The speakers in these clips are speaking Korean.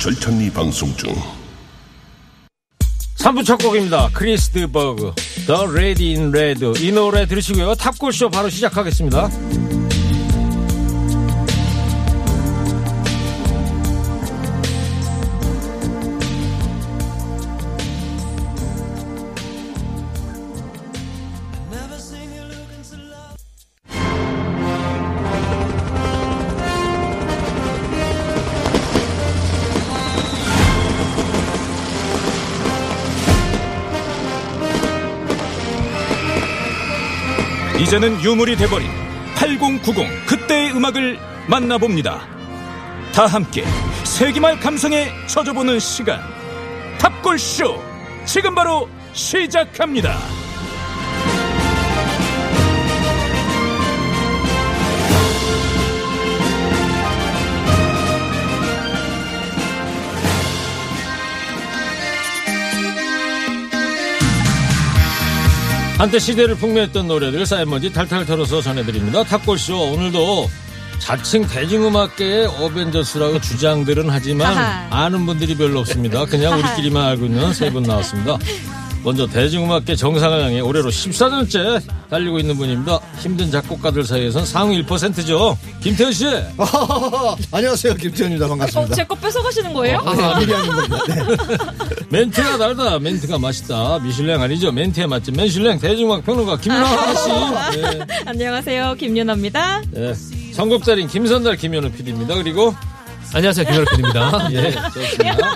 절찬리 방송 중 3부 첫 곡입니다 크리스드 버그 The Lady in Red 이 노래 들으시고요 탑골쇼 바로 시작하겠습니다 이제는 유물이 돼버린 8090 그때의 음악을 만나봅니다. 다 함께 세기말 감성에 젖어보는 시간. 탑골쇼! 지금 바로 시작합니다. 한때 시대를 풍미했던 노래들 쌓인 먼지 탈탈 털어서 전해드립니다 탑골쇼 오늘도 자칭 대중음악계의 어벤져스라고 주장들은 하지만 하하. 아는 분들이 별로 없습니다 그냥 우리끼리만 알고 있는 세 분 나왔습니다 먼저 대중음악계 정상을 향해 올해로 14년째 달리고 있는 분입니다 힘든 작곡가들 사이에선 상위 1%죠 김태현 씨 안녕하세요 김태현입니다 반갑습니다. 제 거 뺏어가시는 거예요? 아, 미리 하는 겁니다. 네. 멘트가 다르다. 멘트가 맛있다. 미슐랭 아니죠? 멘트의 맛집. 멘슐랭 대중음악 평론가 김윤아 씨. 네. 안녕하세요, 김윤아입니다. 네. 선곡자인 김선달 김현우 PD입니다. 그리고 안녕하세요 김열빈입니다. 예, 좋습니다.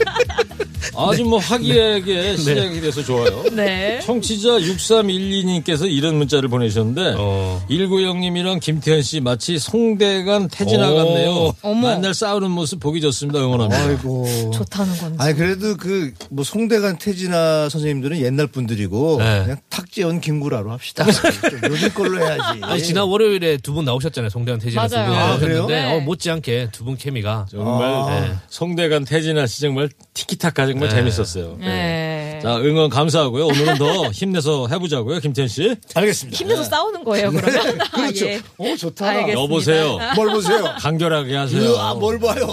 아주 뭐 화기애애하게 네. 시작이 돼서 좋아요. 네. 청취자 6312님께서 이런 문자를 보내셨는데 어. 190님이랑 김태현 씨 마치 송대간 태진아 오. 같네요. 어머. 만날 싸우는 모습 보기 좋습니다. 응원합니다. 아이고. 좋다는 건지. 아니 그래도 그 뭐 송대관 태진아 선생님들은 옛날 분들이고 네. 그냥 탁재현 김구라로 합시다. 좀 요즘 걸로 해야지. 아니, 지난 월요일에 두 분 나오셨잖아요 송대한 태진아 맞아요. 두분 아, 나오셨는데 그래요? 어, 못지않게 두 분 케미가 정말 네. 아, 송대간 태진아 씨 정말 티키타카 정말 네. 재밌었어요. 네. 자, 응원 감사하고요. 오늘은 더 힘내서 해보자고요, 김태현 씨. 알겠습니다. 힘내서 네. 싸우는 거예요, 그러면? 그렇죠. 아, 예. 오 좋다. 알겠습니다. 여보세요. 뭘 보세요? 간결하게 네. 하세요. 으아, 뭘 봐요?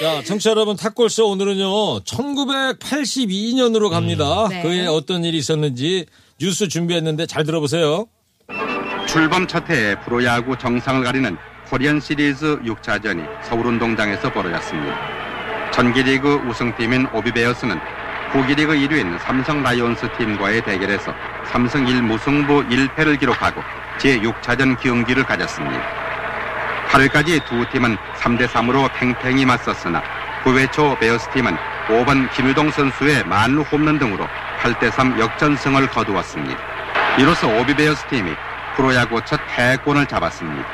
자, 청취자 여러분, 탁골쇼 오늘은요, 1982년으로 음. 갑니다. 네. 그해 어떤 일이 있었는지 뉴스 준비했는데 잘 들어보세요. 출범 첫 해에 프로야구 정상을 가리는 코리안 시리즈 6차전이 서울운동장에서 벌어졌습니다. 전기리그 우승팀인 오비베어스는 구기리그 1위인 삼성 라이온스 팀과의 대결에서 삼성 1무승부 1패를 기록하고 제6차전 경기를 가졌습니다. 8회까지 두 팀은 3대3으로 팽팽히 맞섰으나 9회 초 베어스 팀은 5번 김유동 선수의 만루 홈런 등으로 8대3 역전승을 거두었습니다. 이로써 오비베어스 팀이 프로야구 첫 대권을 잡았습니다.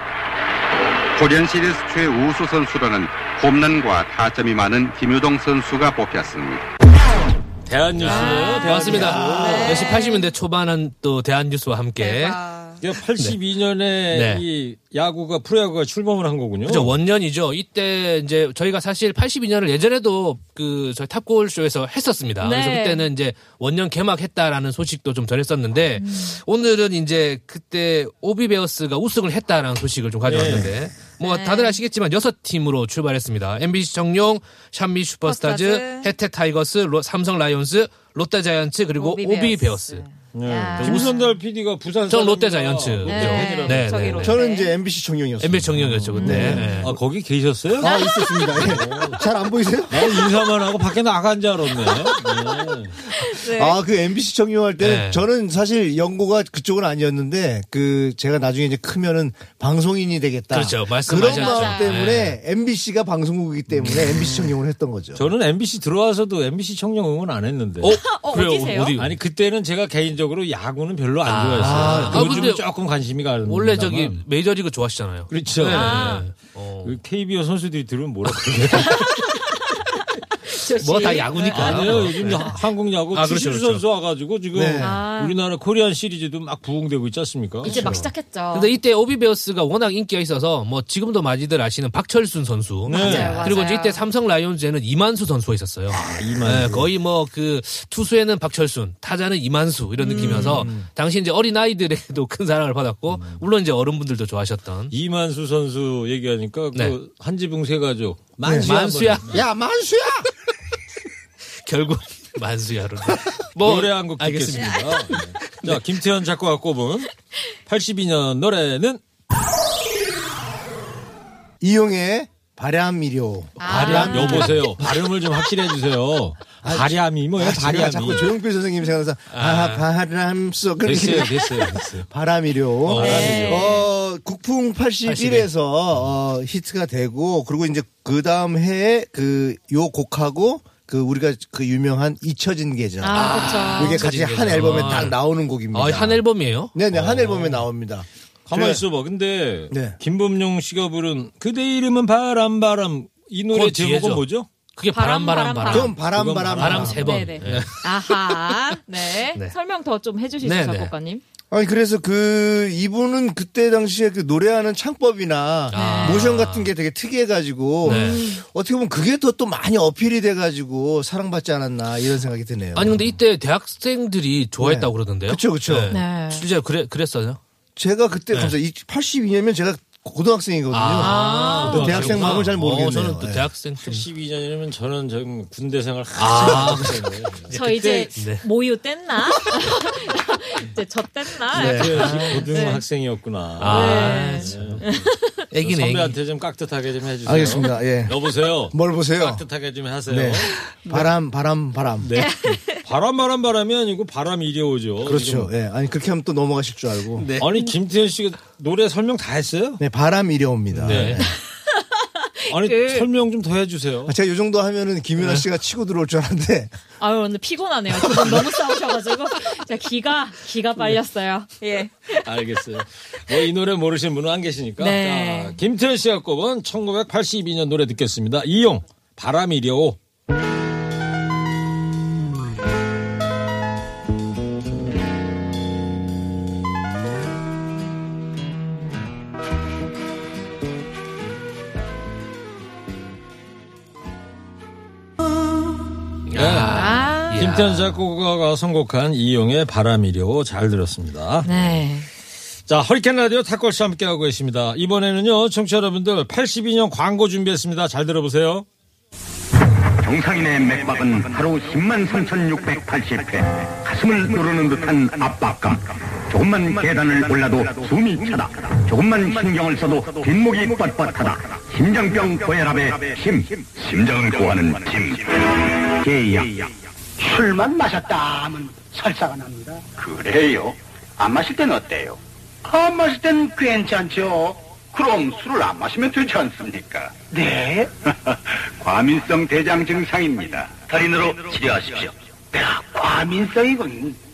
코리안 시리즈 최우수 선수로는 홈런과 타점이 많은 김유동 선수가 뽑혔습니다. 대한뉴스예요 아, 맞습니다. 네. 역시 80년대 초반은 또 대한뉴스와 함께 대박. 82년에 네. 이 야구가, 프로야구가 출범을 한 거군요. 그죠 원년이죠. 이때 이제 저희가 사실 82년을 예전에도 그 저희 탑골 쇼에서 했었습니다. 네. 그래서 그때는 이제 원년 개막했다라는 소식도 좀 전했었는데 오늘은 이제 그때 오비베어스가 우승을 했다라는 소식을 좀 가져왔는데 뭐 네. 다들 아시겠지만 여섯 팀으로 출발했습니다. MBC 정용, 샴미 슈퍼스타즈, 슈퍼스타즈, 혜태 타이거스, 로- 삼성 라이온스, 롯데 자이언츠 그리고 오비베어스. 네. 야. 김선달 PD가 부산. 전 롯데 사람이라 자이언츠. 롯데 네. 팬이라. 네, 네, 저기 네. 롯데. 저는 이제 MBC 정영이었어요. MBC 정용이었죠 그때. 예. 아, 거기 계셨어요? 아 있었습니다. 예. 잘 안 보이세요? 나 인사만 하고 밖에 나간 줄 알았네. 네. 아, 그 MBC 청룡할 때는 네. 저는 사실 연고가 그쪽은 아니었는데 그 제가 나중에 이제 크면은 방송인이 되겠다. 그렇죠. 말씀 네. 런 많이 마음 하셨죠. 때문에 MBC가 방송국이기 음. 때문에 MBC 청룡을 했던 거죠. 저는 MBC 들어와서도 MBC 청년 응원 안 했는데. 어, 그래요? 어디세요? 어디? 아니 그때는 제가 개인적으로 야구는 별로 안 아, 좋아했어요. 아, 요즘 은 근데 조금 관심이 가는. 원래 저기 메이저리그 좋아하시잖아요. 그렇죠. 네. 네. 어. 그 KBO 선수들이 들으면 뭐라 그래요? 아저씨. 뭐 다 야구니까. 네, 아니요 요즘 야- 한국 야구 네. 아, 추신 그렇죠, 그렇죠. 선수 와가지고 지금 네. 아. 우리나라 코리안 시리즈도 막 부흥되고 있지 않습니까? 그렇죠. 이제 막 시작했죠. 근데 이때 오비베어스가 워낙 인기가 있어서 뭐 지금도 많이들 아시는 박철순 선수 맞아요, 그리고 맞아요. 이제 이때 삼성 라이온즈에는 이만수 선수가 있었어요. 네, 거의 뭐 그 투수에는 박철순, 타자는 이만수 이런 느낌이어서 당시 이제 어린 아이들에도 큰 사랑을 받았고 물론 이제 어른분들도 좋아하셨던 이만수 선수 얘기하니까 네. 그 한지붕 세 가족 만수야 야, 만수야! 결국 만수야로 뭐, 노래 한 곡 듣겠습니다. 네. 자 김태현 작곡가 꼽은 82년 노래는 이용의 바람미료. 아. 바람 여보세요 발음을 좀 확실해 주세요. 바람이 뭐예요? 아, 제가 바람이 자꾸 조용필 선생님 생각나서, 아, 바람 속. 됐어요 됐어요 됐어요. 바람이료. 어, 네. 바람이료. 국풍 81에서 어, 히트가 되고 그리고 이제 그 다음 해에 그 요 곡하고 그 우리가 그 유명한 잊혀진 계절. 아, 그렇죠. 이게 같이 잊혀진 한 계절. 앨범에 딱 나오는 곡입니다. 아, 한 앨범이에요? 어. 네네 한 앨범에 나옵니다. 가만 그래. 있어봐. 근데 네. 김범용 씨가 부른 그대 이름은 바람 바람 이 노래 그건 제목은 뒤에죠. 뭐죠? 그게 바람 바람 바람 그건 바람 그건 바람 바람 세 번. 네네. 아하. 네. 설명 더 좀 해주시죠, 네, 네. 작곡가님. 아니 그래서 그 이분은 그때 당시에 그 노래하는 창법이나 아. 모션 같은 게 되게 특이해가지고 네. 어떻게 보면 그게 더 또 많이 어필이 돼가지고 사랑받지 않았나 이런 생각이 드네요. 아니 근데 이때 대학생들이 좋아했다고 음. 네. 그러던데요? 그쵸, 그쵸. 네. 진짜 그래 그랬어요? 제가 그때 네. 갑자기 82년이면 제가 고등학생이거든요. 또 아. 대학생 마음을 잘 모르겠네요. 아. 어, 저는 또 예. 대학생 때 12년이면 저는 지금 군대 생활 아, 저 이제 네. 모유 뗐나? 이제 저 뗐나? 네. 아, 고등학생이었구나. 아, 네. 참. 저 애기네. 애기. 선배한테 좀 깍듯하게 좀 해주세요. 알겠습니다. 네. 예. 여보세요. 뭘 아, 보세요? 깍듯하게 좀 하세요. 네. 바람, 바람, 바람. 네. 바람 바람 바람이 아니고 바람이 이리 오죠. 그렇죠. 예. 아니 그렇게 하면 또 넘어가실 줄 알고. 네. 지금. 아니 김태현 씨가 노래 설명 다 했어요? 바람 이려옵니다. 예. 네. 아니 그- 설명 좀 더 해주세요. 아, 제가 요 정도 하면은 네. 김윤아 씨가 치고 들어올 줄 알았는데 아유, 오늘 피곤하네요. 두 분 너무 싸우셔가지고. 자, 기가, 기가 빨렸어요. 예. 알겠어요. 뭐 이 노래 모르시는 분은 안 계시니까. 네. 자, 김태현 씨가 꼽은 1982년 노래 듣겠습니다. 이용 바람이려. 아. 네. 김태현 작곡가가 선곡한 이용의 바람이려 잘 들었습니다. 네. 자, 허리케인 라디오 탁골 씨 함께하고 계십니다. 이번에는요, 청취자 여러분들 82년 광고 준비했습니다. 잘 들어보세요. 정상인의 맥박은 바로 10만 3,680회. 가슴을 누르는 듯한 압박감. 조금만 계단을 올라도 숨이 차다. 조금만 신경을 써도 뒷목이 뻣뻣하다. 심장병 고혈압의 힘. 심장을 구하는 힘. 제약. 술만 마셨다 하면 설사가 납니다. 그래요? 안 마실 땐 어때요? 안 마실 땐 괜찮죠. 그럼 술을 안 마시면 되지 않습니까? 네. 과민성 대장 증상입니다. 네, 달인으로 치료하십시오. 과민성이군.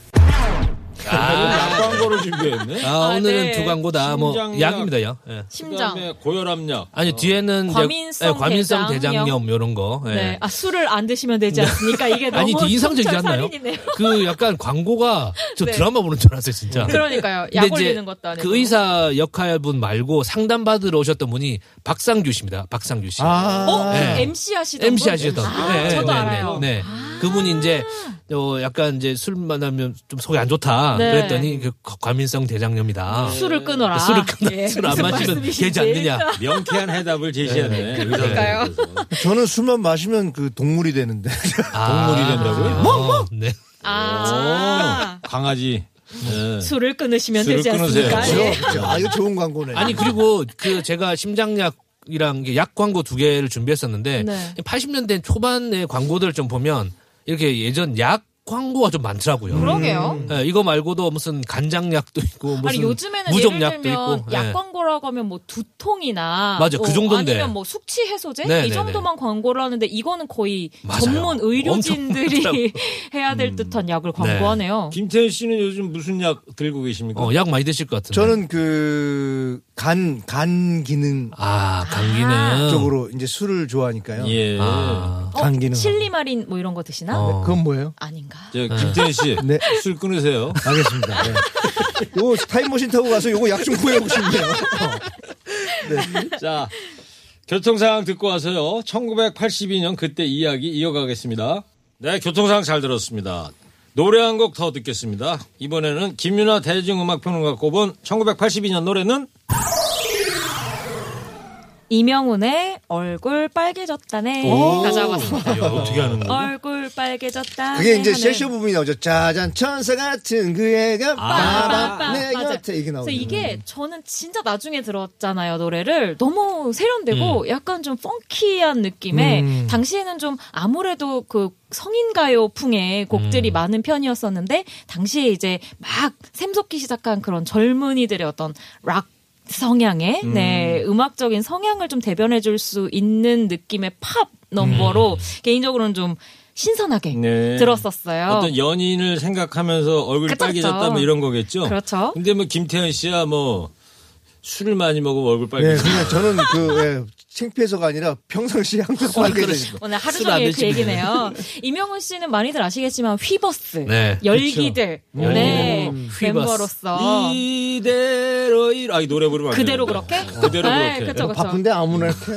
아, 광고를 준비했네. 아, 아, 오늘은 네. 두 광고다. 뭐 심장약. 약입니다, 약. 예. 심장. 고혈압약. 아니 어. 뒤에는 이제- 과민성 예, 과민성 대장염. 대장염 이런 거. 예. 네. 아, 술을 안 드시면 되지 않습니까? 이게 너무 네. 아니 이게 인상적이지 않나요? 천철살인이네요. 그 약간 광고가 저 네. 드라마 보는 줄 알았어요, 진짜. 그러니까요. 약 근데 이제 올리는 것도 아니고. 그 의사 역할분 말고 상담 받으러 오셨던 분이 박상규 씨입니다. 박상규 씨. 아, 어? 네. MC 하시던 MC 분? 하시던. 아, 네, 저도 네, 네, 알아요. 네. 그분이 이제 어 약간 이제 술 만나면 좀 속이 안 좋다. 네. 그랬더니 그 거- 과민성 대장염이다. 술을 끊어라. 네, 술을 끊어 예, 술안 무슨 마시면 말씀이신지. 되지 않느냐. 명쾌한 해답을 제시하네. 그러니까요. 저는 술만 마시면 그 동물이 되는데. 동물이 된다고요? 뭐 뭐. 네. 아. 오, 강아지. 네. 술을 끊으시면 술을 되지 끊으세요. 않습니까? 그렇죠. 예. 그렇죠. 아, 이거 좋은 광고네. 아니 그리고 그 제가 심장약 이랑 이게 약 광고 두 개를 준비했었는데 네. 80년대 초반의 광고들 좀 보면 이렇게 예전 약 광고가 좀 많더라고요. 그러게요. 예, 이거 말고도 무슨 간장약도 있고 무슨 아니 요즘에는 예를 무좀약도 들면 있고 약 예. 광고라고 하면 뭐 두통이나 맞아, 그 뭐 정도인데. 아니면 뭐 숙취 해소제 네, 이 네, 정도만 광고를 하는데 이거는 거의 맞아요. 음. 전문 의료진들이 엄청 해야 될 듯한 약을 광고하네요. 김태현 씨는 요즘 무슨 약 들고 계십니까? 어, 약 많이 드실 것 같은데. 저는 그 간, 간 기능. 아, 간 기능. 쪽으로 이제 술을 좋아하니까요. 예. 아. 어, 간 기능. 실리마린 뭐 이런 거 드시나? 어. 네, 그건 뭐예요? 아닌가? 저 김태현 씨, 네. 술 끊으세요. 알겠습니다. 네. 요 타임머신 타고 가서 요거 약 좀 구해오고 싶네요. 자, 교통 상황 듣고 와서요. 1982년 그때 이야기 이어가겠습니다. 네, 교통 상황 잘 들었습니다. 노래 한 곡 더 듣겠습니다. 이번에는 김윤아 대중음악 평론가 꼽은 1982년 노래는 이명훈의 얼굴 빨개졌다네 가져와봤습니다. 어떻게 하는 거야? 얼굴 빨개졌다. 그게 이제 셀쇼 부분이 나오죠. 짜잔, 천사 같은 그 애가 빠밤, 내 곁에 이게 음. 나오죠. 그래서 이게 저는 진짜 나중에 들었잖아요 노래를 너무 세련되고 음. 약간 좀 펑키한 느낌에 당시에는 좀 아무래도 그 성인 가요 풍의 곡들이 음. 많은 편이었었는데 당시에 이제 막 샘솟기 시작한 그런 젊은이들의 어떤 락 성향의 음. 네 음악적인 성향을 좀 대변해 줄 수 있는 느낌의 팝 넘버로 개인적으로는 좀 신선하게 음. 네. 들었었어요. 어떤 연인을 생각하면서 얼굴이 그쵸, 빨개졌다 그쵸. 뭐 이런 거겠죠. 그렇죠. 근데 뭐 김태현 씨야 뭐 술을 많이 먹으면 얼굴 네, 빨개져. 그냥 저는 그, 예, 창피해서가 아니라 평상시에 항상 빨개 되니까. 오늘 하루 술안 종일 그 드시네. 얘기네요. 이명훈 씨는 많이들 아시겠지만 휘버스 네, 열기들 네, 휘버스. 멤버로서 이대로 이 아이 노래 부르면 안 네. 그대로 되는데. 그렇게 그대로 네, 그렇게. 그쵸, 그쵸. 바쁜데 아무나 이렇게.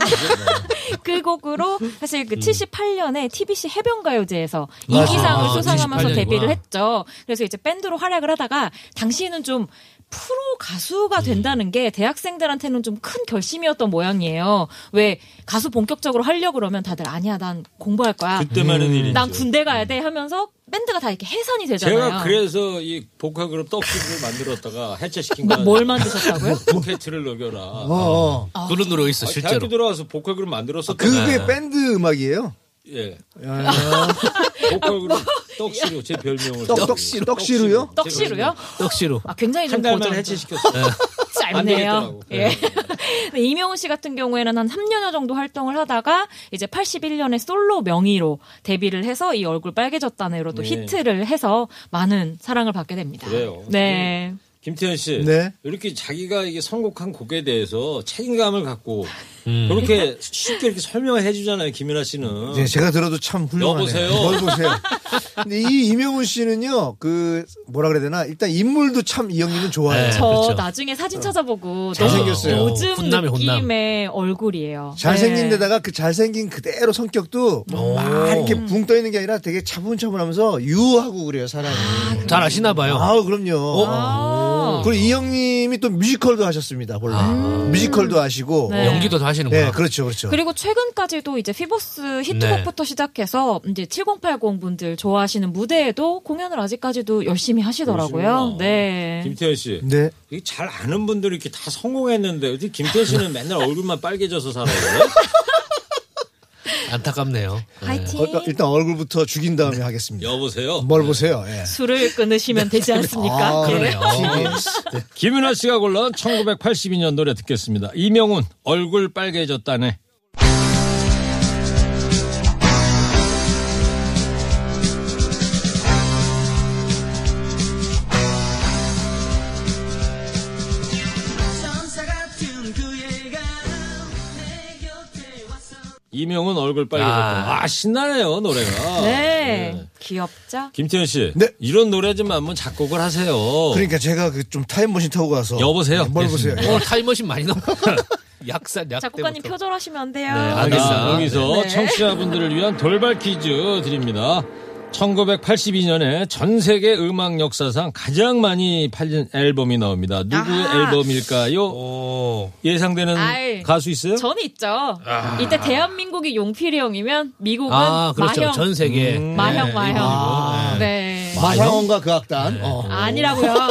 그 곡으로 사실 음. 그 78년에 TBC 해변가요제에서 맞아. 이기상을 아, 수상하면서 78년이구나. 데뷔를 했죠. 그래서 이제 밴드로 활약을 하다가 당시에는 좀 프로 음. 가수가 된다는 게 대학생들한테는 좀 큰 결심이었던 모양이에요. 왜 가수 본격적으로 하려고 그러면 다들 아니야 난 공부할 거야. 음. 그때만 은 일이죠. 난 군대 가야 돼 하면서 밴드가 다 이렇게 해산이 되잖아요. 제가 그래서 이 보컬 그룹 떡집을 만들었다가 해체시킨 뭐- 거. 뭘 만드셨다고요? 포켓을 녹여라. 어, 어. 그런 노래가 있어, 아, 실제로. 대학교 들어와서 보컬 그룹 만들었어. 아, 그게 밴드 음악이에요. 예. 보컬 뭐, 그룹 떡시로 제 별명을. 떡, 떡시루. 떡시루요? 떡시로요? 떡시로. 아, 굉장히 한 좀 달만 고전. 해체시켰어요. 안 짧네요. 되겠더라고. 예. 네. 근데 이명훈 씨 같은 경우에는 한 3년여 정도 활동을 하다가 이제 81년에 솔로 명의로 데뷔를 해서 이 얼굴 빨개졌다네로 또 네. 히트를 해서 많은 사랑을 받게 됩니다. 그래요. 네. 김태현 씨, 네. 이렇게 자기가 이게 선곡한 곡에 대해서 책임감을 갖고 음. 그렇게 쉽게 이렇게 설명해 주잖아요, 김연아 씨는. 네, 제가 들어도 참 훌륭하네요. 여보세요? 뭘 보세요. 근데 이 이명훈 씨는요, 그, 뭐라 그래야 되나, 일단 인물도 참 이 형님은 좋아요. 네, 저 그렇죠. 나중에 사진 찾아보고 잘생겼어요. 너무 요즘 훈남이, 훈남. 느낌의 얼굴이에요. 잘생긴 네. 데다가 그 잘생긴 그대로 성격도 막 이렇게 붕 떠있는 게 아니라 되게 차분차분하면서 유하고 그래요, 사람이. 잘 아시나 봐요. 아우, 그럼요. 어. 아. 그리고 이 형님이 또 뮤지컬도 하셨습니다, 본래. 뮤지컬도 하시고. 네. 연기도 다 하시는구나. 네, 그렇죠, 그렇죠. 그리고 최근까지도 이제 피버스 히트곡부터 시작해서 이제 7080 분들 좋아하시는 무대에도 공연을 아직까지도 열심히 하시더라고요. 그러시구나. 네. 김태현 씨. 네. 이게 잘 아는 분들이 이렇게 다 성공했는데 어떻게 김태현 씨는 맨날 얼굴만 빨개져서 살아요? 안타깝네요. 화이팅. 어, 일단 얼굴부터 죽인 다음에 하겠습니다. 여보세요. 뭘 보세요, 예. 술을 끊으시면 되지 않습니까? 아, 그래요. TBS. 네. 김윤아 씨가 골라온 1982년 노래 듣겠습니다. 이명훈 얼굴 빨개졌다네. 이명훈 얼굴 빨개졌다. 아, 신나네요 노래가. 네. 귀엽죠? 김태현 씨, 네. 이런 노래 좀 한번 작곡을 하세요. 그러니까 제가 그 좀 타임머신 타고 가서. 여보세요? 네, 뭘 네. 보세요. 오늘 어, 타임머신 많이 넘어. 약산, 약. 작곡가님 때부터. 표절하시면 안 돼요. 아, 네, 아, 알겠습니다. 여기서 네. 청취자분들을 위한 돌발 퀴즈 드립니다. 1982년에 전 세계 음악 역사상 가장 많이 팔린 앨범이 나옵니다. 누구의 아하. 앨범일까요? 오. 예상되는 아이, 가수 있어요? 저는 있죠. 이때 대한민국이 용필이형이면 미국은 아, 그렇죠. 마형. 전 세계. 마형, 네, 마형. 이분이고. 네. 네. 마상원과 그 악단. 어. 아니라고요.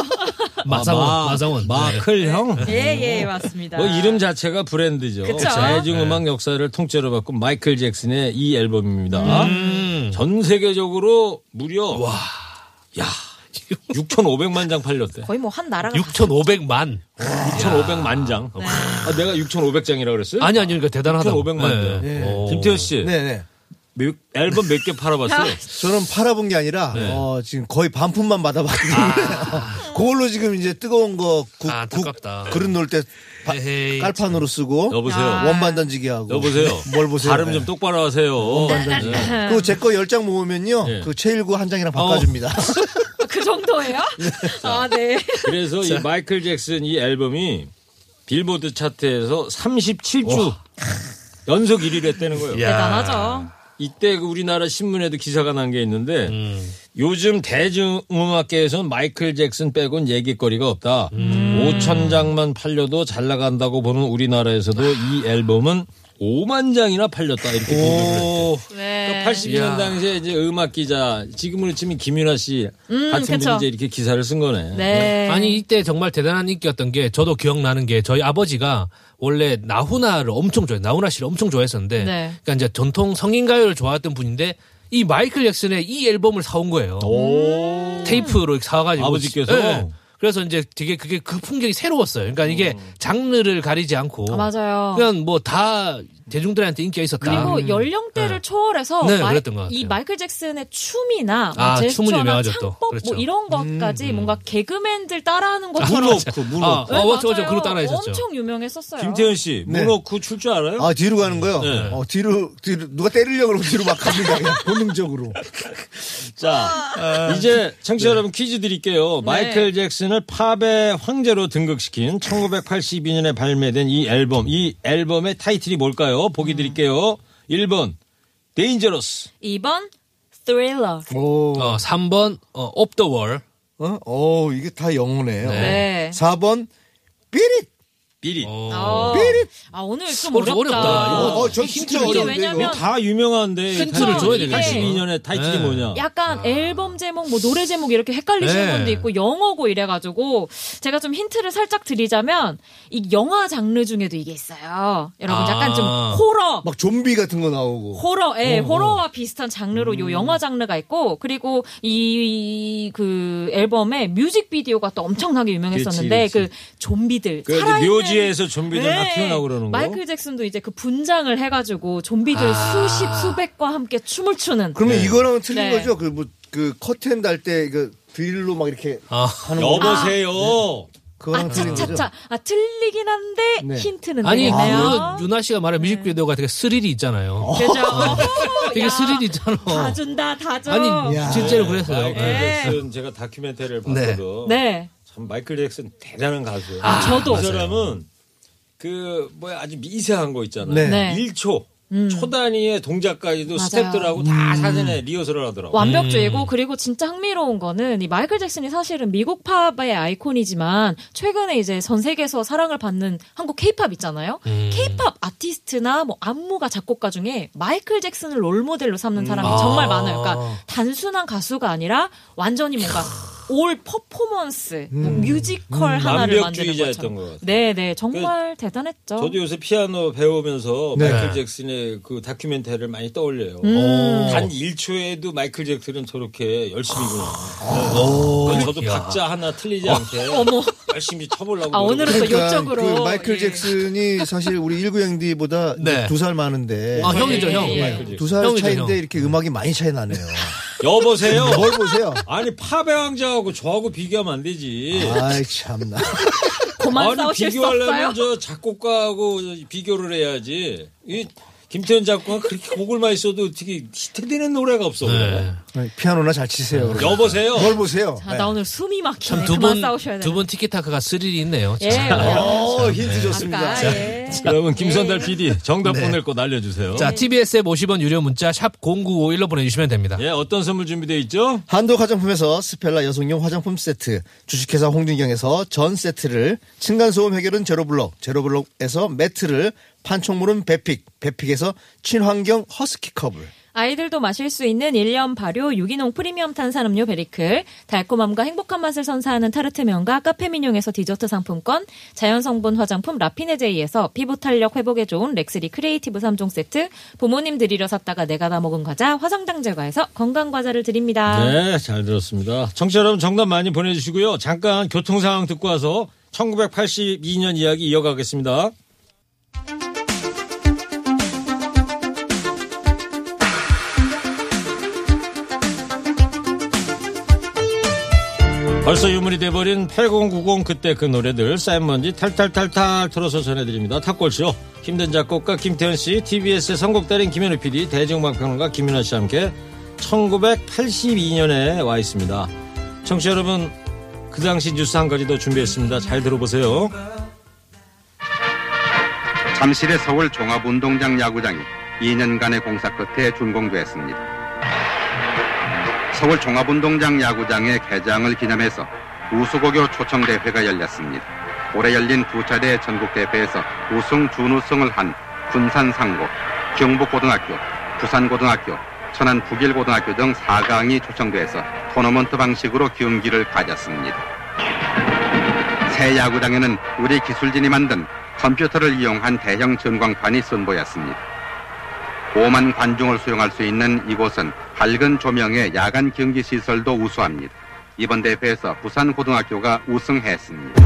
마상원, 마상원. 네. 마클형. 예, 예, 맞습니다. 뭐 이름 자체가 브랜드죠. 그쵸? 대중 음악 네. 역사를 통째로 바꾼 마이클 잭슨의 이 앨범입니다. 음. 전 세계적으로 무려 야 6,500만 장 팔렸대. 거의 뭐 한 나라가 6,500만. 6,500만 장. 네. 아, 네. 내가 6,500장이라고 그랬어요? 아니, 아니, 그러니까 대단하다. 6,500만 장. 네. 오. 김태현 씨, 네네. 몇- 앨범 몇 개 팔아봤어요? 저는 팔아본 게 아니라 네. 어, 지금 거의 반품만 받아봤는데 그걸로 지금 이제 뜨거운 거 국, 아, 국 아깝다. 그릇 놓을 때 바- 에헤이, 깔판으로 쓰고 아. 여보세요. 원반 던지기 하고 여보세요. 어, 뭘 보세요? 발음 네. 좀 똑바로 하세요. 네. 그리고 제 거 열 장 모으면요 예. 그 최일구 한 장이랑 바꿔줍니다. 그 정도예요? 아, 네. 그래서 이 마이클 잭슨 이 앨범이 빌보드 차트에서 37주 연속 1위를 했다는 거예요. 대단하죠. 이때 그 우리나라 신문에도 기사가 난 게 있는데 요즘 대중음악계에선 마이클 잭슨 빼곤 얘기거리가 없다. 5천 장만 팔려도 잘 나간다고 보는 우리나라에서도 이 앨범은 5만 장이나 팔렸다 이렇게 보도를 했대요. 네. 82년 당시에 이제 음악 기자 지금으로 치면 김윤아 씨 같은 음, 그쵸. 분이 이제 이렇게 기사를 쓴 거네. 네. 아니 이때 정말 대단한 인기였던 게 저도 기억나는 게 저희 아버지가 원래 나훈아를 엄청 좋아해 나훈아 씨를 엄청 좋아했었는데 네. 그러니까 이제 전통 성인 가요를 좋아했던 분인데 이 마이클 잭슨의 이 앨범을 사온 거예요. 테이프로 이렇게 사와가지고 네. 아버지께서? 그래서 이제 되게 그게 그 풍경이 새로웠어요. 그러니까 이게 음. 장르를 가리지 않고 아, 맞아요. 그냥 뭐 다 대중들한테 인기가 있었다. 그리고 연령대를 초월해서 아, 음. 네, 마이, 그랬던 것 같아요. 이 마이클 잭슨의 춤이나 뭐 아, 춤은 제스처나 유명하죠, 또. 창법 그렇죠. 뭐 이런 것까지 뭔가 개그맨들 따라하는 것처럼 무노크, 무노크. 아, 어, 네, 맞죠, 맞죠. 맞아요. 그거 따라했었죠. 엄청 유명했었어요. 김태현 씨, 네. 무노크 출 줄 알아요? 아 뒤로 가는 거요. 네. 어, 뒤로 뒤로 누가 때리려고 그러면 뒤로 막 갑니다. 그냥 본능적으로. 자, 이제 청취자 여러분 퀴즈 드릴게요. 마이클 잭슨을 팝의 황제로 등극시킨 1982년에 발매된 이 앨범, 이 앨범의 타이틀이 뭘까요? 보기 드릴게요. 1번, 데인저러스. 2번 Thriller. 오, 어, 3번 어, Up the Wall. 어, 오 이게 다 영어네요. 네. 4번 삐릿. 비리. 어. 아 오늘 좀 어, 좀 어렵다. 어렵다. 어, 이거 어, 저 이게 진짜 어려운데 이거. 왜냐면 다 유명한데. 힌트를 줘야 되겠네. 82년에 타이틀이 네. 뭐냐. 약간 앨범 제목, 뭐 노래 제목 이렇게 헷갈리시는 네. 분도 있고 영어고 이래가지고 제가 좀 힌트를 살짝 드리자면 이 영화 장르 중에도 이게 있어요. 여러분 약간 좀 아. 호러. 막 좀비 같은 거 나오고. 호러, 예, 호러와 비슷한 장르로 요 영화 장르가 있고 그리고 이 그 앨범에 뮤직비디오가 또 엄청나게 유명했었는데 그치, 그 그치. 좀비들 그 살아있는- 묘지에서 좀비들 네. 막 튀어나오고 그러는 거. 마이클 잭슨도 이제 그 분장을 해가지고 좀비들 수십 수백과 함께 춤을 추는 그러면 이거랑은 틀린 네. 거죠. 그 뭐 그 커튼 달 때 그 드릴로 막 이렇게 아. 여보세요. 그거랑 네. 아, 틀린 거죠. 차차차. 아, 틀리긴 한데 네. 힌트는 아니 되겠네요. 그 유나 씨가 말한 뮤직비디오가 되게 스릴이 있잖아요. 그죠? 어. 되게 야, 스릴이 있잖아. 다 준다, 다 줘. 아니 야. 실제로 그랬어요. 마이클 네. 잭슨 제가 다큐멘터리를 봤거든. 네. 참 마이클 잭슨 대단한 가수예요. 아, 저도. 이 사람은 그 뭐야 아주 미세한 거 있잖아요. 네. 네. 1초 초 단위의 동작까지도 맞아요. 스텝들하고 다 음. 사전에 리허설을 하더라고. 완벽주의고 음. 그리고 진짜 흥미로운 거는 이 마이클 잭슨이 사실은 미국 팝의 아이콘이지만 최근에 이제 전 세계에서 사랑을 받는 한국 케이팝 있잖아요. 음. 케이팝 아티스트나 뭐 안무가 작곡가 중에 마이클 잭슨을 롤모델로 삼는 사람이 정말 많아요. 그러니까 단순한 가수가 아니라 완전히 뭔가 올 퍼포먼스, 뭐 뮤지컬 하나를 만드는 음. 완벽주의자였던 것처럼. 것 같아요. 그 네, 네, 정말 대단했죠. 저도 요새 피아노 배우면서 네. 마이클 잭슨의 그 다큐멘터리를 많이 떠올려요. 음. 단 1초에도 마이클 잭슨은 저렇게 열심히구나. 네. 어. 그래서 저도 박자 하나 틀리지 않게 열심히 쳐보려고. 아, 오늘은 또 그러니까 요쪽으로. 그 마이클 예. 잭슨이 사실 우리 19행디보다 네. 두 살 많은데 아 형이죠 형. 예, 마이클 잭슨. 두 살 형이죠, 차인데 형. 이렇게 음악이 많이 차이 나네요. 여보세요. 뭘 보세요? 아니 팝의 왕자하고 저하고 비교하면 안 되지. 아이 참나. 그만 싸우실 수 없어요. 비교하려면 저 작곡가하고 비교를 해야지. 이 김태현 작곡가 그렇게 곡을 많이 써도 어떻게 히트되는 노래가 없어. 네. 피아노나 잘 치세요. 그럼. 여보세요. 뭘 보세요? 아, 나 오늘 숨이 막히네. 그만 싸우셔야 돼요. 참두분두분 티키타카가 스릴이 있네요. 예. 진짜. 어, 힌트 좋습니다. 아까 예. 여러분 김선달 PD 정답 보낼 곳 알려주세요. 자 TBS에 50원 유료 문자 샵 #0951로 보내주시면 됩니다. 예, 어떤 선물 준비되어 있죠? 한독 화장품에서 스펠라 여성용 화장품 세트, 주식회사 홍진경에서 전 세트를, 층간소음 해결은 제로블럭, 제로블럭에서 매트를, 판촉물은 베픽, 베픽에서 친환경 허스키 컵을. 아이들도 마실 수 있는 1년 발효 유기농 프리미엄 탄산음료 베리클, 달콤함과 행복한 맛을 선사하는 타르트 면과 카페 민용에서 디저트 상품권, 자연성분 화장품 라피네제이에서 피부 탄력 회복에 좋은 렉스리 크리에이티브 3종 세트, 부모님 드리러 샀다가 내가 다 먹은 과자, 화성당 제과에서 건강 과자를 드립니다. 네, 잘 들었습니다. 청취자 여러분 정답 많이 보내주시고요. 잠깐 교통 상황 듣고 와서 1982년 이야기 이어가겠습니다. 벌써 유물이 돼버린 8090 그때 그 노래들 쌓인 먼지 탈탈탈탈 털어서 전해드립니다. 탑골쇼 힘든 작곡가 김태현 씨, TBS의 선곡달인 김현우 PD, 대중음악 평론가 김윤아 씨와 함께 1982년에 와 있습니다. 청취자 여러분, 그 당시 뉴스 한 가지 더 준비했습니다. 잘 들어보세요. 잠실의 서울 종합운동장 야구장이 2년간의 공사 끝에 준공되었습니다. 서울 종합운동장 야구장의 개장을 기념해서 우수고교 초청대회가 열렸습니다. 올해 열린 두 차례 전국대회에서 우승, 준우승을 한 군산상고, 경북고등학교, 부산고등학교, 천안 북일고등학교 등 4강이 초청돼서 토너먼트 방식으로 경기를 가졌습니다. 새 야구장에는 우리 기술진이 만든 컴퓨터를 이용한 대형 전광판이 선보였습니다. 5만 관중을 수용할 수 있는 이곳은 밝은 조명의 야간 경기 시설도 우수합니다. 이번 대회에서 부산 고등학교가 우승했습니다.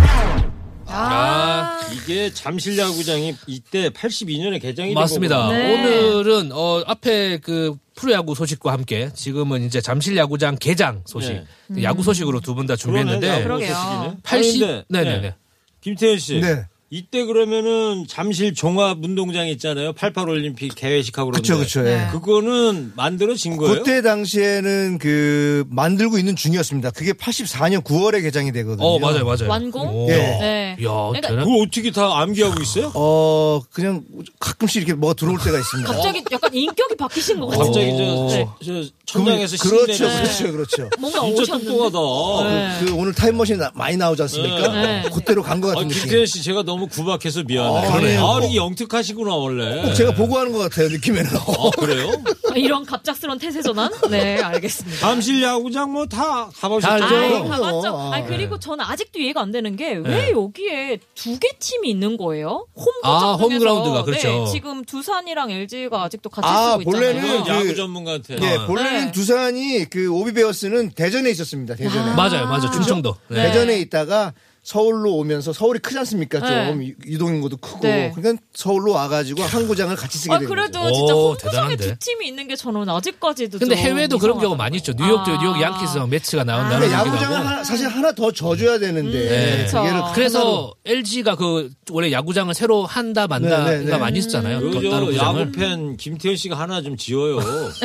아, 이게 잠실 야구장이 이때 82년에 개장이 된 맞습니다. 거거든요. 네. 오늘은 어, 앞에 그 프로야구 소식과 함께 지금은 이제 잠실 야구장 개장 소식, 네. 음. 야구 소식으로 두 분 다 준비했는데 그러게요. 아, 팔십- 네네네. 네. 김태현 씨. 네. 이때 그러면은 잠실 종합 운동장 있잖아요. 88 올림픽 개회식하고 그쵸, 그러는데. 그쵸, 예. 네. 그거는 만들어진 거예요? 그때 당시에는 그 만들고 있는 중이었습니다. 그게 84년 9월에 개장이 되거든요. 어 맞아요 맞아요. 완공? 오. 예. 네. 야, 그러니까 대단. 그거 어떻게 다 암기하고 있어요? 어, 그냥 가끔씩 이렇게 뭐가 들어올 때가 있습니다. 갑자기 약간 인격이 바뀌신 것 같아요. 갑자기 저, 네. 저, 저 그, 천장에서 그렇죠, 신내려 그렇죠, 그렇죠. 뭔가 진짜 오셨는데. 똑똑하다. 네. 그 오늘 타임머신 나- 많이 나오지 않습니까? 네. 그때로 간 것 아, 같은 김태현 느낌. 씨, 제가 너무 구박해서 미안해요. 아, 그러네요. 아, 이게 영특하시구나, 원래. 네. 꼭 제가 보고하는 것 같아요, 느낌에는. 어. 아, 그래요? 이런 갑작스러운 태세 전환? 네, 알겠습니다. 잠실 야구장 뭐 다, 가보셨죠? 다 알죠. 네. 아이, 그럼요. 맞죠. 아, 아, 그리고 저는 아직도 이해가 안 되는 게 왜 여기에 두 개 팀이 있는 거예요? 홈구장 아, 홈그라운드가, 그렇죠. 네, 지금 두산이랑 LG가 아직도 같이 아, 쓰고 있잖아요. 본래는 그- 야구 전문가한테. 아, 예, 어. 본래는 네. 두산이 그 오비베어스는 대전에 있었습니다, 대전에. 맞아요 맞아요 충청도. 네. 대전에 있다가 서울로 오면서 서울이 크지 않습니까? 좀 유- 유동인구도 크고. 네. 그러니까 서울로 와가지고 한구장을 같이 쓰게 아, 되는 거죠. 그래도 거죠. 진짜 오, 홈구장에 대단한데. 두 팀이 있는 게 저는 아직까지도 근데 좀 해외도 그런 경우 이상하더라고요. 많이 있죠. 뉴욕도 아. 뉴욕 양키스랑 매치가 나온다는 근데 얘기도 야구장을 하고. 하나- 사실 하나 더 줘줘야 되는데. 네. 그 얘를 그쵸. 그래서 LG가 그 원래 야구장을 새로 한다 네, 네, 네. 만다가 많이 있잖아요. 또 요즘 따로 구장을. 음. 그 야구팬 김태현 씨가 하나 좀 지어요.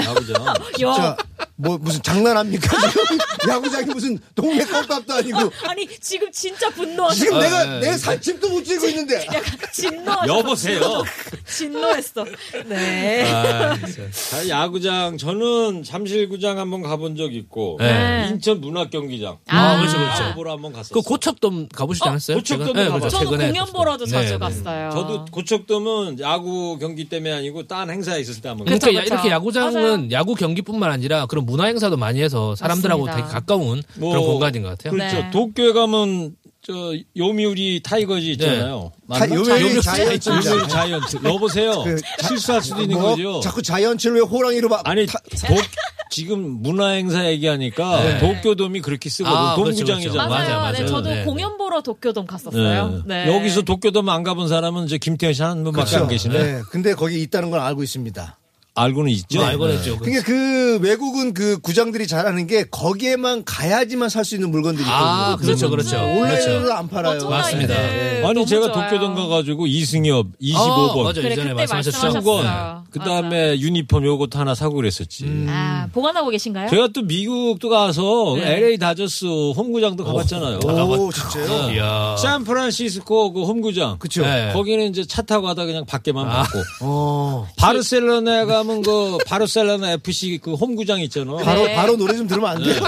야구장. 야, 자, 뭐 무슨 장난합니까? 지금 야구장이 무슨 동네 껌값도 아니고 아니 지금 진짜 분노하는 지금 아, 내가 네. 내 살집도 못 찌고 있는데. 약간 진노하는 여보세요. 진노했어. 네. 아, 자, 야구장 저는 잠실구장 한번 가본 적 있고 네. 인천 문학경기장 아, 그렇죠, 그렇죠. 야구 보러 한번 갔었어요. 그 고척돔 가보시지 않았어요? 고척돔도 최근에? 가봤어요. 그렇죠. 저는 최근에 공연 가셨어요. 보러도 자주 네, 네. 갔어요. 저도 고척돔은 야구 경기 때문에 아니고 딴 행사에 있을 때 한번 그러니까 갔어요. 야- 그쵸. 이렇게 야구장은 맞아요. 야구 경기뿐만 아니라 그런 문화 행사도 많이 해서 사람들하고 맞습니다. 되게 가까운 그런 공간인 것 같아요. 뭐 그렇죠. 네. 도쿄에 가면 저 요미우리 네. 타이거즈 있잖아요. 맞나? 자, 요미우리 요미우리 자이언츠입니다. 요미우리 자이언츠. 여보세요. 그 자- 실수할 수도 있는 뭐, 거죠. 자꾸 자이언츠를 왜 호랑이로 막 아니 도, 지금 문화 행사 얘기하니까 네. 도쿄돔이 그렇게 쓰거든. 아, 그렇죠, 동구장이잖아요. 그렇죠. 맞아요. 맞아요, 맞아요. 네, 저도 네. 공연 보러 도쿄돔 갔었어요. 네. 예. 여기서 도쿄돔 안 가본 사람은 이제 김태현 씨 한 분밖에 그렇죠. 안 계시네. 네, 근데 거기 있다는 걸 알고 있습니다. 알고는 있죠. 네, 알고는 있죠. 그러니까 그 외국은 그 구장들이 잘하는 게 거기에만 가야지만 살 수 있는 물건들이 있거든요. 아, 그렇죠, 그렇죠. 온라인으로 그렇죠. 안 팔아요. 네. 어쩐다, 맞습니다. 이들. 아니 네, 너무 제가 좋아요. 어, 도쿄돔 가가지고 이승엽 아, 25번, 맞아요. 그래, 이전에 그때 말씀하셨죠. 말씀하셨어요. 네. 그 다음에 유니폼 요것도 하나 사고 그랬었지. 음. 아, 보관하고 계신가요? 제가 또 미국도 가서 네. LA 다저스 홈구장도 가봤잖아요. 오, 어. 진짜요? 이야. 샌프란시스코 그 홈구장. 그쵸. 네. 아. 거기는 이제 차 타고 가다 그냥 밖에만 봤고. 어. 바르셀로나에 가면 그 바르셀로나 FC 그 홈구장 있잖아. 바로, 네. 바로 노래 좀 들으면 안 돼요?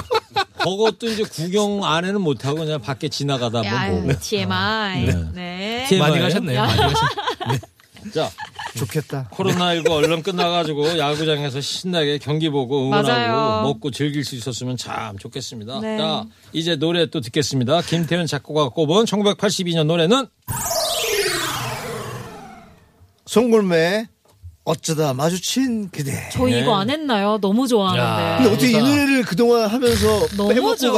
그것도 이제 구경 안에는 못하고 그냥 밖에 지나가다 뭐. 야, 보고. TMI. 네. TMI. 많이 TMI 예요? 네. 가셨네요. 많이 가셨- 자, 좋겠다. 코로나19 얼른 끝나가지고 야구장에서 신나게 경기 보고 응원하고 맞아요. 먹고 즐길 수 있었으면 참 좋겠습니다. 네. 자, 이제 노래 또 듣겠습니다. 김태현 작곡가가 꼽은 1982년 노래는 송골매 어쩌다 마주친 그대. 저 이거 안 했나요? 너무 야. 좋아하는데. 근데 어떻게 이 노래를 그동안 하면서 빼먹고 너무 좋은데.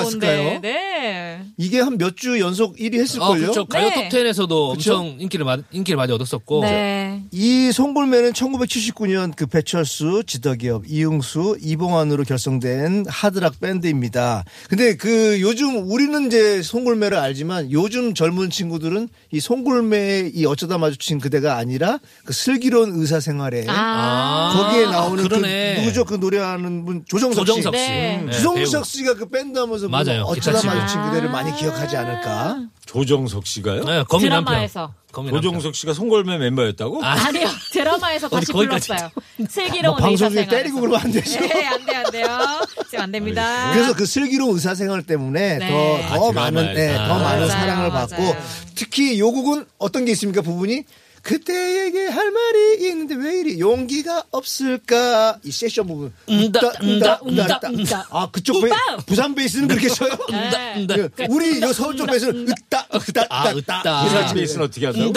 네. 갔을까요? 네. 이게 한 몇 주 연속 1위 어, 했을걸요? 그렇죠. 가요 네. 톱텐에서도 그쵸? 엄청 인기를, 많- 인기를 많이 얻었었고. 네. 이 송골매는 1979년 그 배철수, 지덕엽, 이응수, 이봉환으로 결성된 하드락 밴드입니다. 근데 그 요즘 우리는 이제 송골매를 알지만 요즘 젊은 친구들은 이 송골매의 이 어쩌다 마주친 그대가 아니라 그 슬기로운 의사 생활에 아. 거기에 나오는 그 그러네. 누구죠? 그 노래하는 분 조정석 씨. 조정석 씨. 네. 네, 조정석 배우. 씨가 그 밴드 하면서 부른 맞아요. 기타 어쩌다 치고. 마주친 그대를 많이 기억하지 않을까? 아. 조정석 씨가요? 네, 거미 드라마에서. 남편. 거미 남편. 조정석 씨가 송골매 멤버였다고? 아니요. 드라마에서 다시 거기까지 불렀어요. 뭐 슬기로운 방송 중에 의사생활. 때리고 그러면 안 되죠. 네, 안 돼, 안 돼요. 지금 안 됩니다. 그래서 그 슬기로운 의사생활 때문에 네. 더, 아, 더 드라마에. 많은, 네, 아, 더 많은 맞아요, 사랑을 받고 맞아요. 특히 요 곡은 어떤 게 있습니까? 부분이 그때에게 할 말이 있는데 왜 이리 용기가 없을까? 이 세션 부분. 운다, 운다, 운다, 운다. 아, 그쪽 베, 우빠! 네. 부산 베이스는 그렇게 쳐요? 운다, 운다. 그, 우리 요 서울 쪽 베이스는 으따, 으따, 아, 으따, 으따. 그 의사 사람 베이스. 베이스는 어떻게 하죠?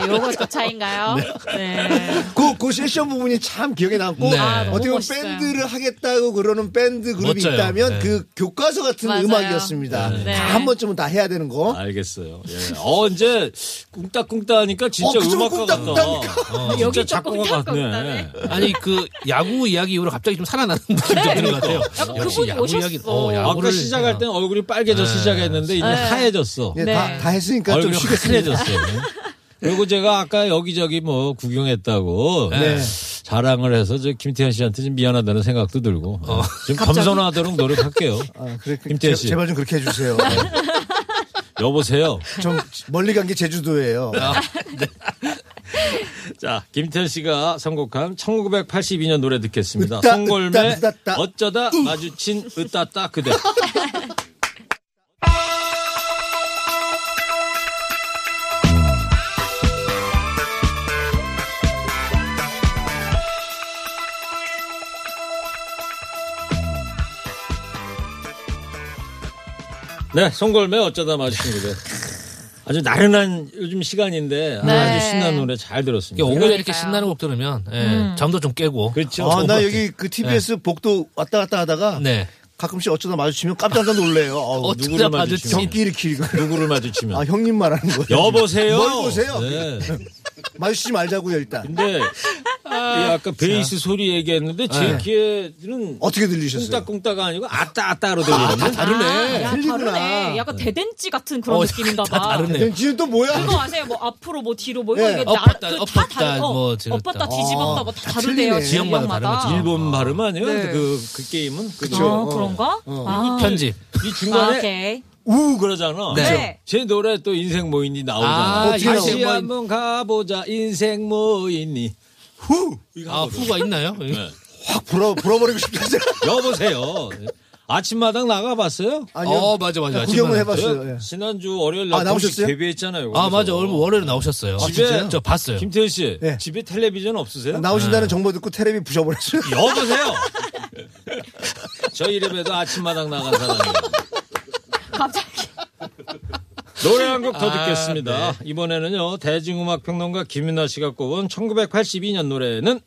아, 요것도 차인가요? 네. 그, 그 세션 부분이 참 기억에 남고 네. 아, 너무 어떻게 보면 멋있어요. 밴드를 하겠다고 그러는 밴드 그룹이 멋져요. 있다면 네. 그 교과서 같은 맞아요. 음악이었습니다. 네. 다 한 번쯤은 다 해야 되는 거. 알겠어요. 예. 어, 이제 꿍딱꿍딱 하니까 진짜 어, 그 정도 음악가 같다. 꿍딱꿍딱하니까. 어, 진짜 여기 작곡가 꿍딱꿍딱하네. 같네. 아니 그 야구 이야기 이후로 갑자기 좀 살아나는 느낌 좀 드는 것 같아요. 어, 역시 네. 그분이 야구 이야기. 오셨어. 그 어, 야구를 아까 네. 시작할 땐 얼굴이 빨개져 시작했는데 이제 하얘졌어. 예, 네. 다, 다 했으니까 좀 얼굴이 네. 쉬겠습니다. 하얘졌어요. 그리고 제가 아까 여기저기 뭐 구경했다고 네. 자랑을 해서 저 김태현 씨한테 좀 미안하다는 생각도 들고 네. 지금 겸손하도록 노력할게요. 아, 그래, 그, 김태현 제- 씨. 네. 제발 좀 그렇게 해주세요. 여보세요. 좀 멀리 간 게 제주도예요. 아, 아, 자, 김태현 씨가 선곡한 1982년 노래 듣겠습니다. 으따, 송골매 으따, 으따, 으따. 어쩌다 마주친 으따따 그대. 네, 송골매 어쩌다 마주친 그대. 아주 나른한 요즘 시간인데 네. 아주 신나는 노래 잘 들었습니다. 이게 오히려 이렇게 그러니까요. 음. 신나는 곡 들으면 예, 잠도 좀 깨고. 그렇죠. 아, 좋은 나 것 여기 그 네. TBS 복도 왔다 갔다 하다가 네. 가끔씩 어쩌다 마주치면 깜짝깜짝 놀래요. 어우, 어, 누구를 찾아 마주치면. 봐주지. 경기 일으키고. 누구를 마주치면. 아, 형님 말하는 거예요. 여보세요. 뭘 보세요? 네. 마주치지 말자고요, 일단. 근데 이 아까 베이스 소리 얘기했는데 제 귀에는 어떻게 들리셨어요? 꿍딱꿍따가 아니고 아따아따로 들리거든요. 아, 다르네. 야, 틀리구나. 다르네. 약간 대댄지 같은 그런 어, 아, 느낌인가 다 봐. 다르네. 그럼 지금 또 뭐야? 그거 아세요? 뭐 앞으로 뭐 뒤로 뭐 이거 네. 이게 엎었다, 그 엎었다, 다 다른 어, 뭐 지렸다. 어. 엎었다 아, 뒤집었다 뭐 다 다 다르대요. 틀리네. 지역마다 아, 다른 거지. 아, 일본 발음 아니에요? 네. 그, 그 게임은? 어, 그쵸. 그런가? 아, 편집. 이 아, 중간에 오케이. 우 그러잖아. 그렇죠? 네. 네. 제 노래 또 인생 뭐이니 나오잖아. 아, 다시 인생 뭐이니. 한번 가보자. 인생 뭐이니. 후! 이거 아, 하거든. 후가 있나요? 네. 확 불어, 불어버리고 싶다. 진짜. 여보세요. 아침마당 나가봤어요? 아니요. 어, 맞아 맞아. 나 아침마다. 구경은 해봤어요. 예. 지난주 월요일 아, 날 나오셨어요? 데뷔했잖아요. 거기서. 아, 맞아. 얼마 월요일에 나오셨어요. 집에 저 봤어요. 김태현 씨, 예. 집에 텔레비전 없으세요? 나오신다는 정보 듣고 테레비 부셔버렸어요. 여보세요. 저 이름에도 아침마당 나간 사람이에요. 갑자기. 노래 한 곡 더 아, 듣겠습니다. 네. 이번에는요 대중음악 평론가 김윤아 씨가 꼽은 1982년 노래는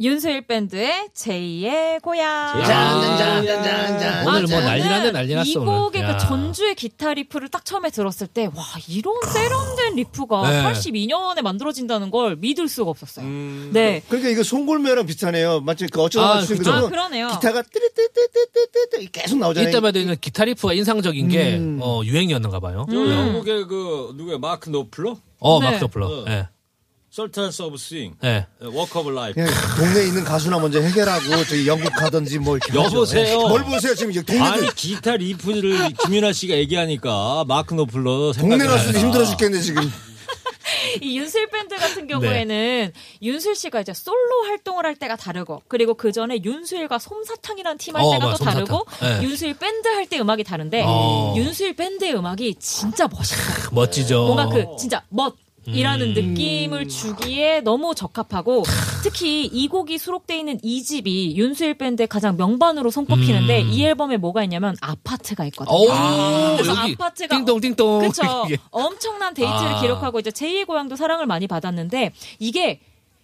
윤수일 밴드의 제2의 고향. 짠짠짠짠짠. 오늘 뭐 아, 저는 난리 났네, 난리 났어, 이 오늘. 곡의 야. 그 전주의 기타 리프를 딱 처음에 들었을 때, 와, 이런 세련된 리프가 네. 82년에 만들어진다는 걸 믿을 수가 없었어요. 네. 그러니까 이거 송골매랑 비슷하네요. 마치 그 아, 어쩌다 마주친 그죠. 그 아, 그러네요. 기타가 띠리띠띠띠띠띠 계속 나오잖아요. 이때마다 있는 기타 리프가 인상적인 게 음. 어, 유행이었는가 봐요. 영국의 그 누구야 마크 노플러 어, 음. 네. 마크 더플러. 어. 예. 솔탄스 오브 스윙 예. 워커 오브 라이프 그냥 동네에 있는 가수나 먼저 해결하고 저기 영국 가든지 뭐 이렇게 하죠. 여보세요. 뭘 보세요 지금 여기 동네들 아니 기타 리프를 김윤아 씨가 얘기하니까 마크 노플러 생각이 동네 가수도 나요. 힘들어 죽겠네 지금. 이 윤슬 밴드 같은 네. 경우에는 윤슬 씨가 이제 솔로 활동을 할 때가 다르고 그리고 그 전에 윤슬과 솜사탕이라는 팀 할 어, 때가 맞아, 또 솜사탕. 다르고 네. 윤슬 밴드 할 때 음악이 다른데 어. 윤슬 밴드의 음악이 진짜 멋있어요. 멋지죠. 뭔가 그 진짜 멋 음. 이라는 느낌을 주기에 너무 적합하고 특히 이 곡이 수록돼 있는 이 집이 윤수일 밴드의 가장 명반으로 손꼽히는데 이 앨범에 뭐가 있냐면 아파트가 음. 있거든요. 오, 그래서 여기 아파트가 띵동 띵동. 그렇죠. 이게. 엄청난 데이트를 아. 기록하고 이제 제2의 고향도 사랑을 많이 받았는데 이게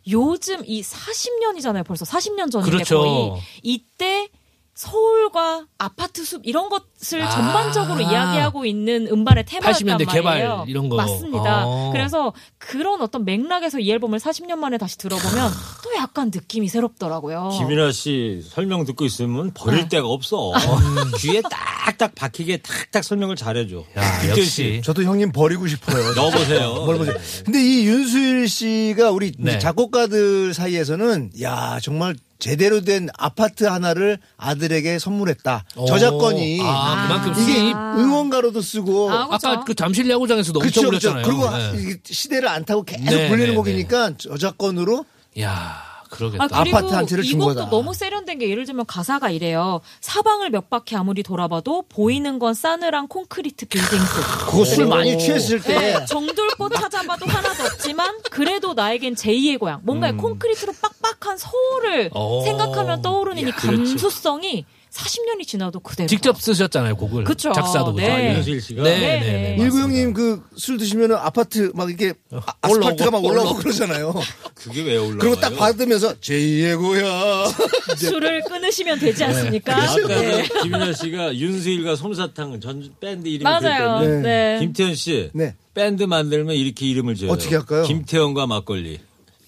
요즘 이 40년이잖아요. 벌써 40년 전인데 그렇죠. 거의 이때 서울과 아파트 숲 이런 것을 아. 전반적으로 이야기하고 있는 음반의 테마였단 80년대 말이에요. 개발 이런 거. 맞습니다. 어. 그래서 그런 어떤 맥락에서 이 앨범을 40년 만에 다시 들어보면 또 약간 느낌이 새롭더라고요. 김인아 씨 설명 듣고 있으면 버릴 데가 없어. 음. 귀에 딱딱 박히게 탁탁 설명을 잘해줘. 아, 야, 김태희 역시. 저도 형님 버리고 싶어요. 넣어보세요. 뭘 보세요. 근데 이 윤수일 씨가 우리 네. 작곡가들 사이에서는 야 정말 제대로 된 아파트 하나를 아들에게 선물했다. 저작권이 아, 그만큼 이게 수입. 응원가로도 쓰고 아, 그렇죠. 아까 그 잠실 야구장에서도 엄청 그쵸, 그쵸. 불렸잖아요. 그리고 네. 이게 시대를 안 타고 계속 네, 불리는 네, 곡이니까 저작권으로 야, 그러겠다. 아, 그리고 아파트한테를 이 준 곡도 거다. 너무 세련된 게 예를 들면 가사가 이래요. 사방을 몇 바퀴 아무리 돌아봐도 보이는 건 싸늘한 콘크리트 빌딩 숲. 그거 술 많이 취했을 때 네, 정돌꽃 찾아봐도 하나도 없지만 그래도 나에겐 제2의 고향. 뭔가 음. 이 콘크리트로 빡빡한 서울을 오. 생각하면 떠오르는 이 감수성이 40년이 지나도 그대로. 직접 쓰셨잖아요, 곡을. 그쵸. 작사도 그죠? 네. 예. 윤수일 씨가? 네, 네, 네, 네. 네. 일구 형님 그 술 드시면은 아파트 막 이게 아, 아스팔트가 막 올라오고 그러잖아요. 그게 왜 올라와요? 그리고 딱 받으면서 제2의 고향. 술을 끊으시면 되지 않습니까? 그렇죠. 네. 아까 김인아 씨가 윤수일과 솜사탕 전 밴드 이름이 맞아요. 그랬거든요. 네. 김태현 씨 네. 밴드 만들면 이렇게 이름을 지어요. 어떻게 할까요? 김태현과 막걸리.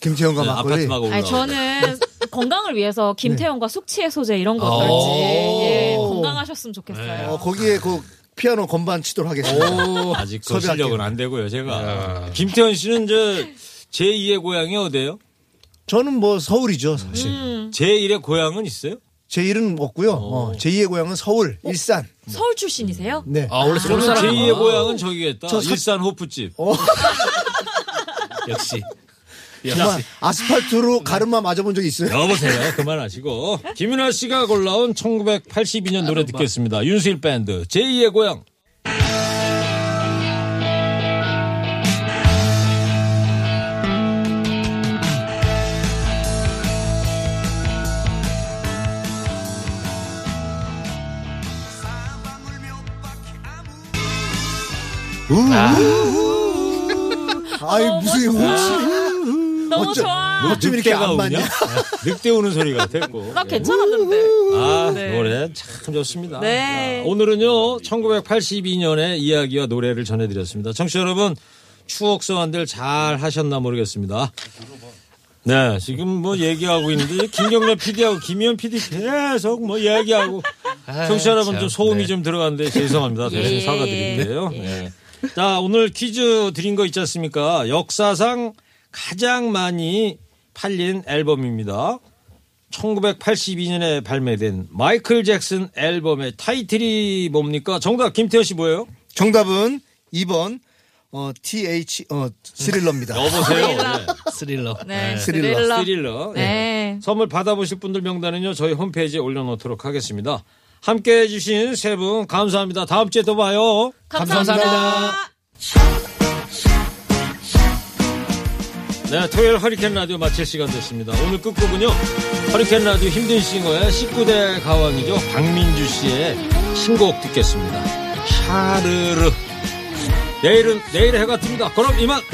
김태형과 네, 막걸리. 아파트 막 올라. 아니, 저는 건강을 위해서 김태형과 숙취의 소재 이런 거 어떨지 예, 건강하셨으면 네. 좋겠어요. 어, 거기에 그 피아노 건반 치도록 하겠습니다. 아직 그 섭외할게요. 실력은 안 되고요. 제가 김태현 씨는 제 2의 고향이 어디예요? 저는 뭐 서울이죠, 사실. 제 1의 고향은 있어요? 제 일은 없고요. 어, 제2의 고향은 서울, 일산. 서울 출신이세요? 네. 아, 원래 서울 저는 사람. 제 2의 고향은 저기겠다. 저 어. 사- 일산 호프집. 역시. 정말 역시. 아스팔트로 가르마 맞아본 적이 있어요. 여보세요. 그만하시고 김윤아 씨가 골라온 1982년 아, 노래 듣겠습니다. 윤수일 밴드 제 2의 고향. 아이, 무슨 우치. 너무 어쩜- 좋아. 어쩜 이렇게 뭐 늑대가 안 우냐? 맞냐? 늑대 우는 소리 같았고. 나 괜찮았는데. 아, 네. 노래 참 좋습니다. 네. 자, 오늘은요, 1982년의 이야기와 노래를 전해드렸습니다. 청취자 여러분, 추억 소환들 잘 하셨나 모르겠습니다. 네, 지금 뭐 얘기하고 있는데, 김경래 PD하고 김현 PD 계속 뭐 얘기하고, 청취자 여러분 좀 참, 소음이 네. 좀 들어갔는데 죄송합니다. 대신 예. 사과드리는데요. 네. 자, 오늘 퀴즈 드린 거 있지 않습니까? 역사상 가장 많이 팔린 앨범입니다. 1982년에 발매된 마이클 잭슨 앨범의 타이틀이 뭡니까? 정답 김태현 씨 뭐예요? 정답은 2번, 어, TH, 어, 스릴러입니다. 여보세요. 스릴러. 네, 스릴러. 스릴러. 스릴러. 예. 네. 선물 받아보실 분들 명단은요 저희 홈페이지에 올려놓도록 하겠습니다. 함께해 주신 세 분 감사합니다. 다음 주에 또 봐요. 감사합니다. 네, 토요일 허리케인 라디오 마칠 시간 됐습니다. 오늘 끝곡은요, 허리케인 라디오 힘든 싱어의 19대 가왕이죠. 박민주 씨의 신곡 듣겠습니다. 샤르르. 내일은, 내일 해가 뜹니다. 그럼 이만!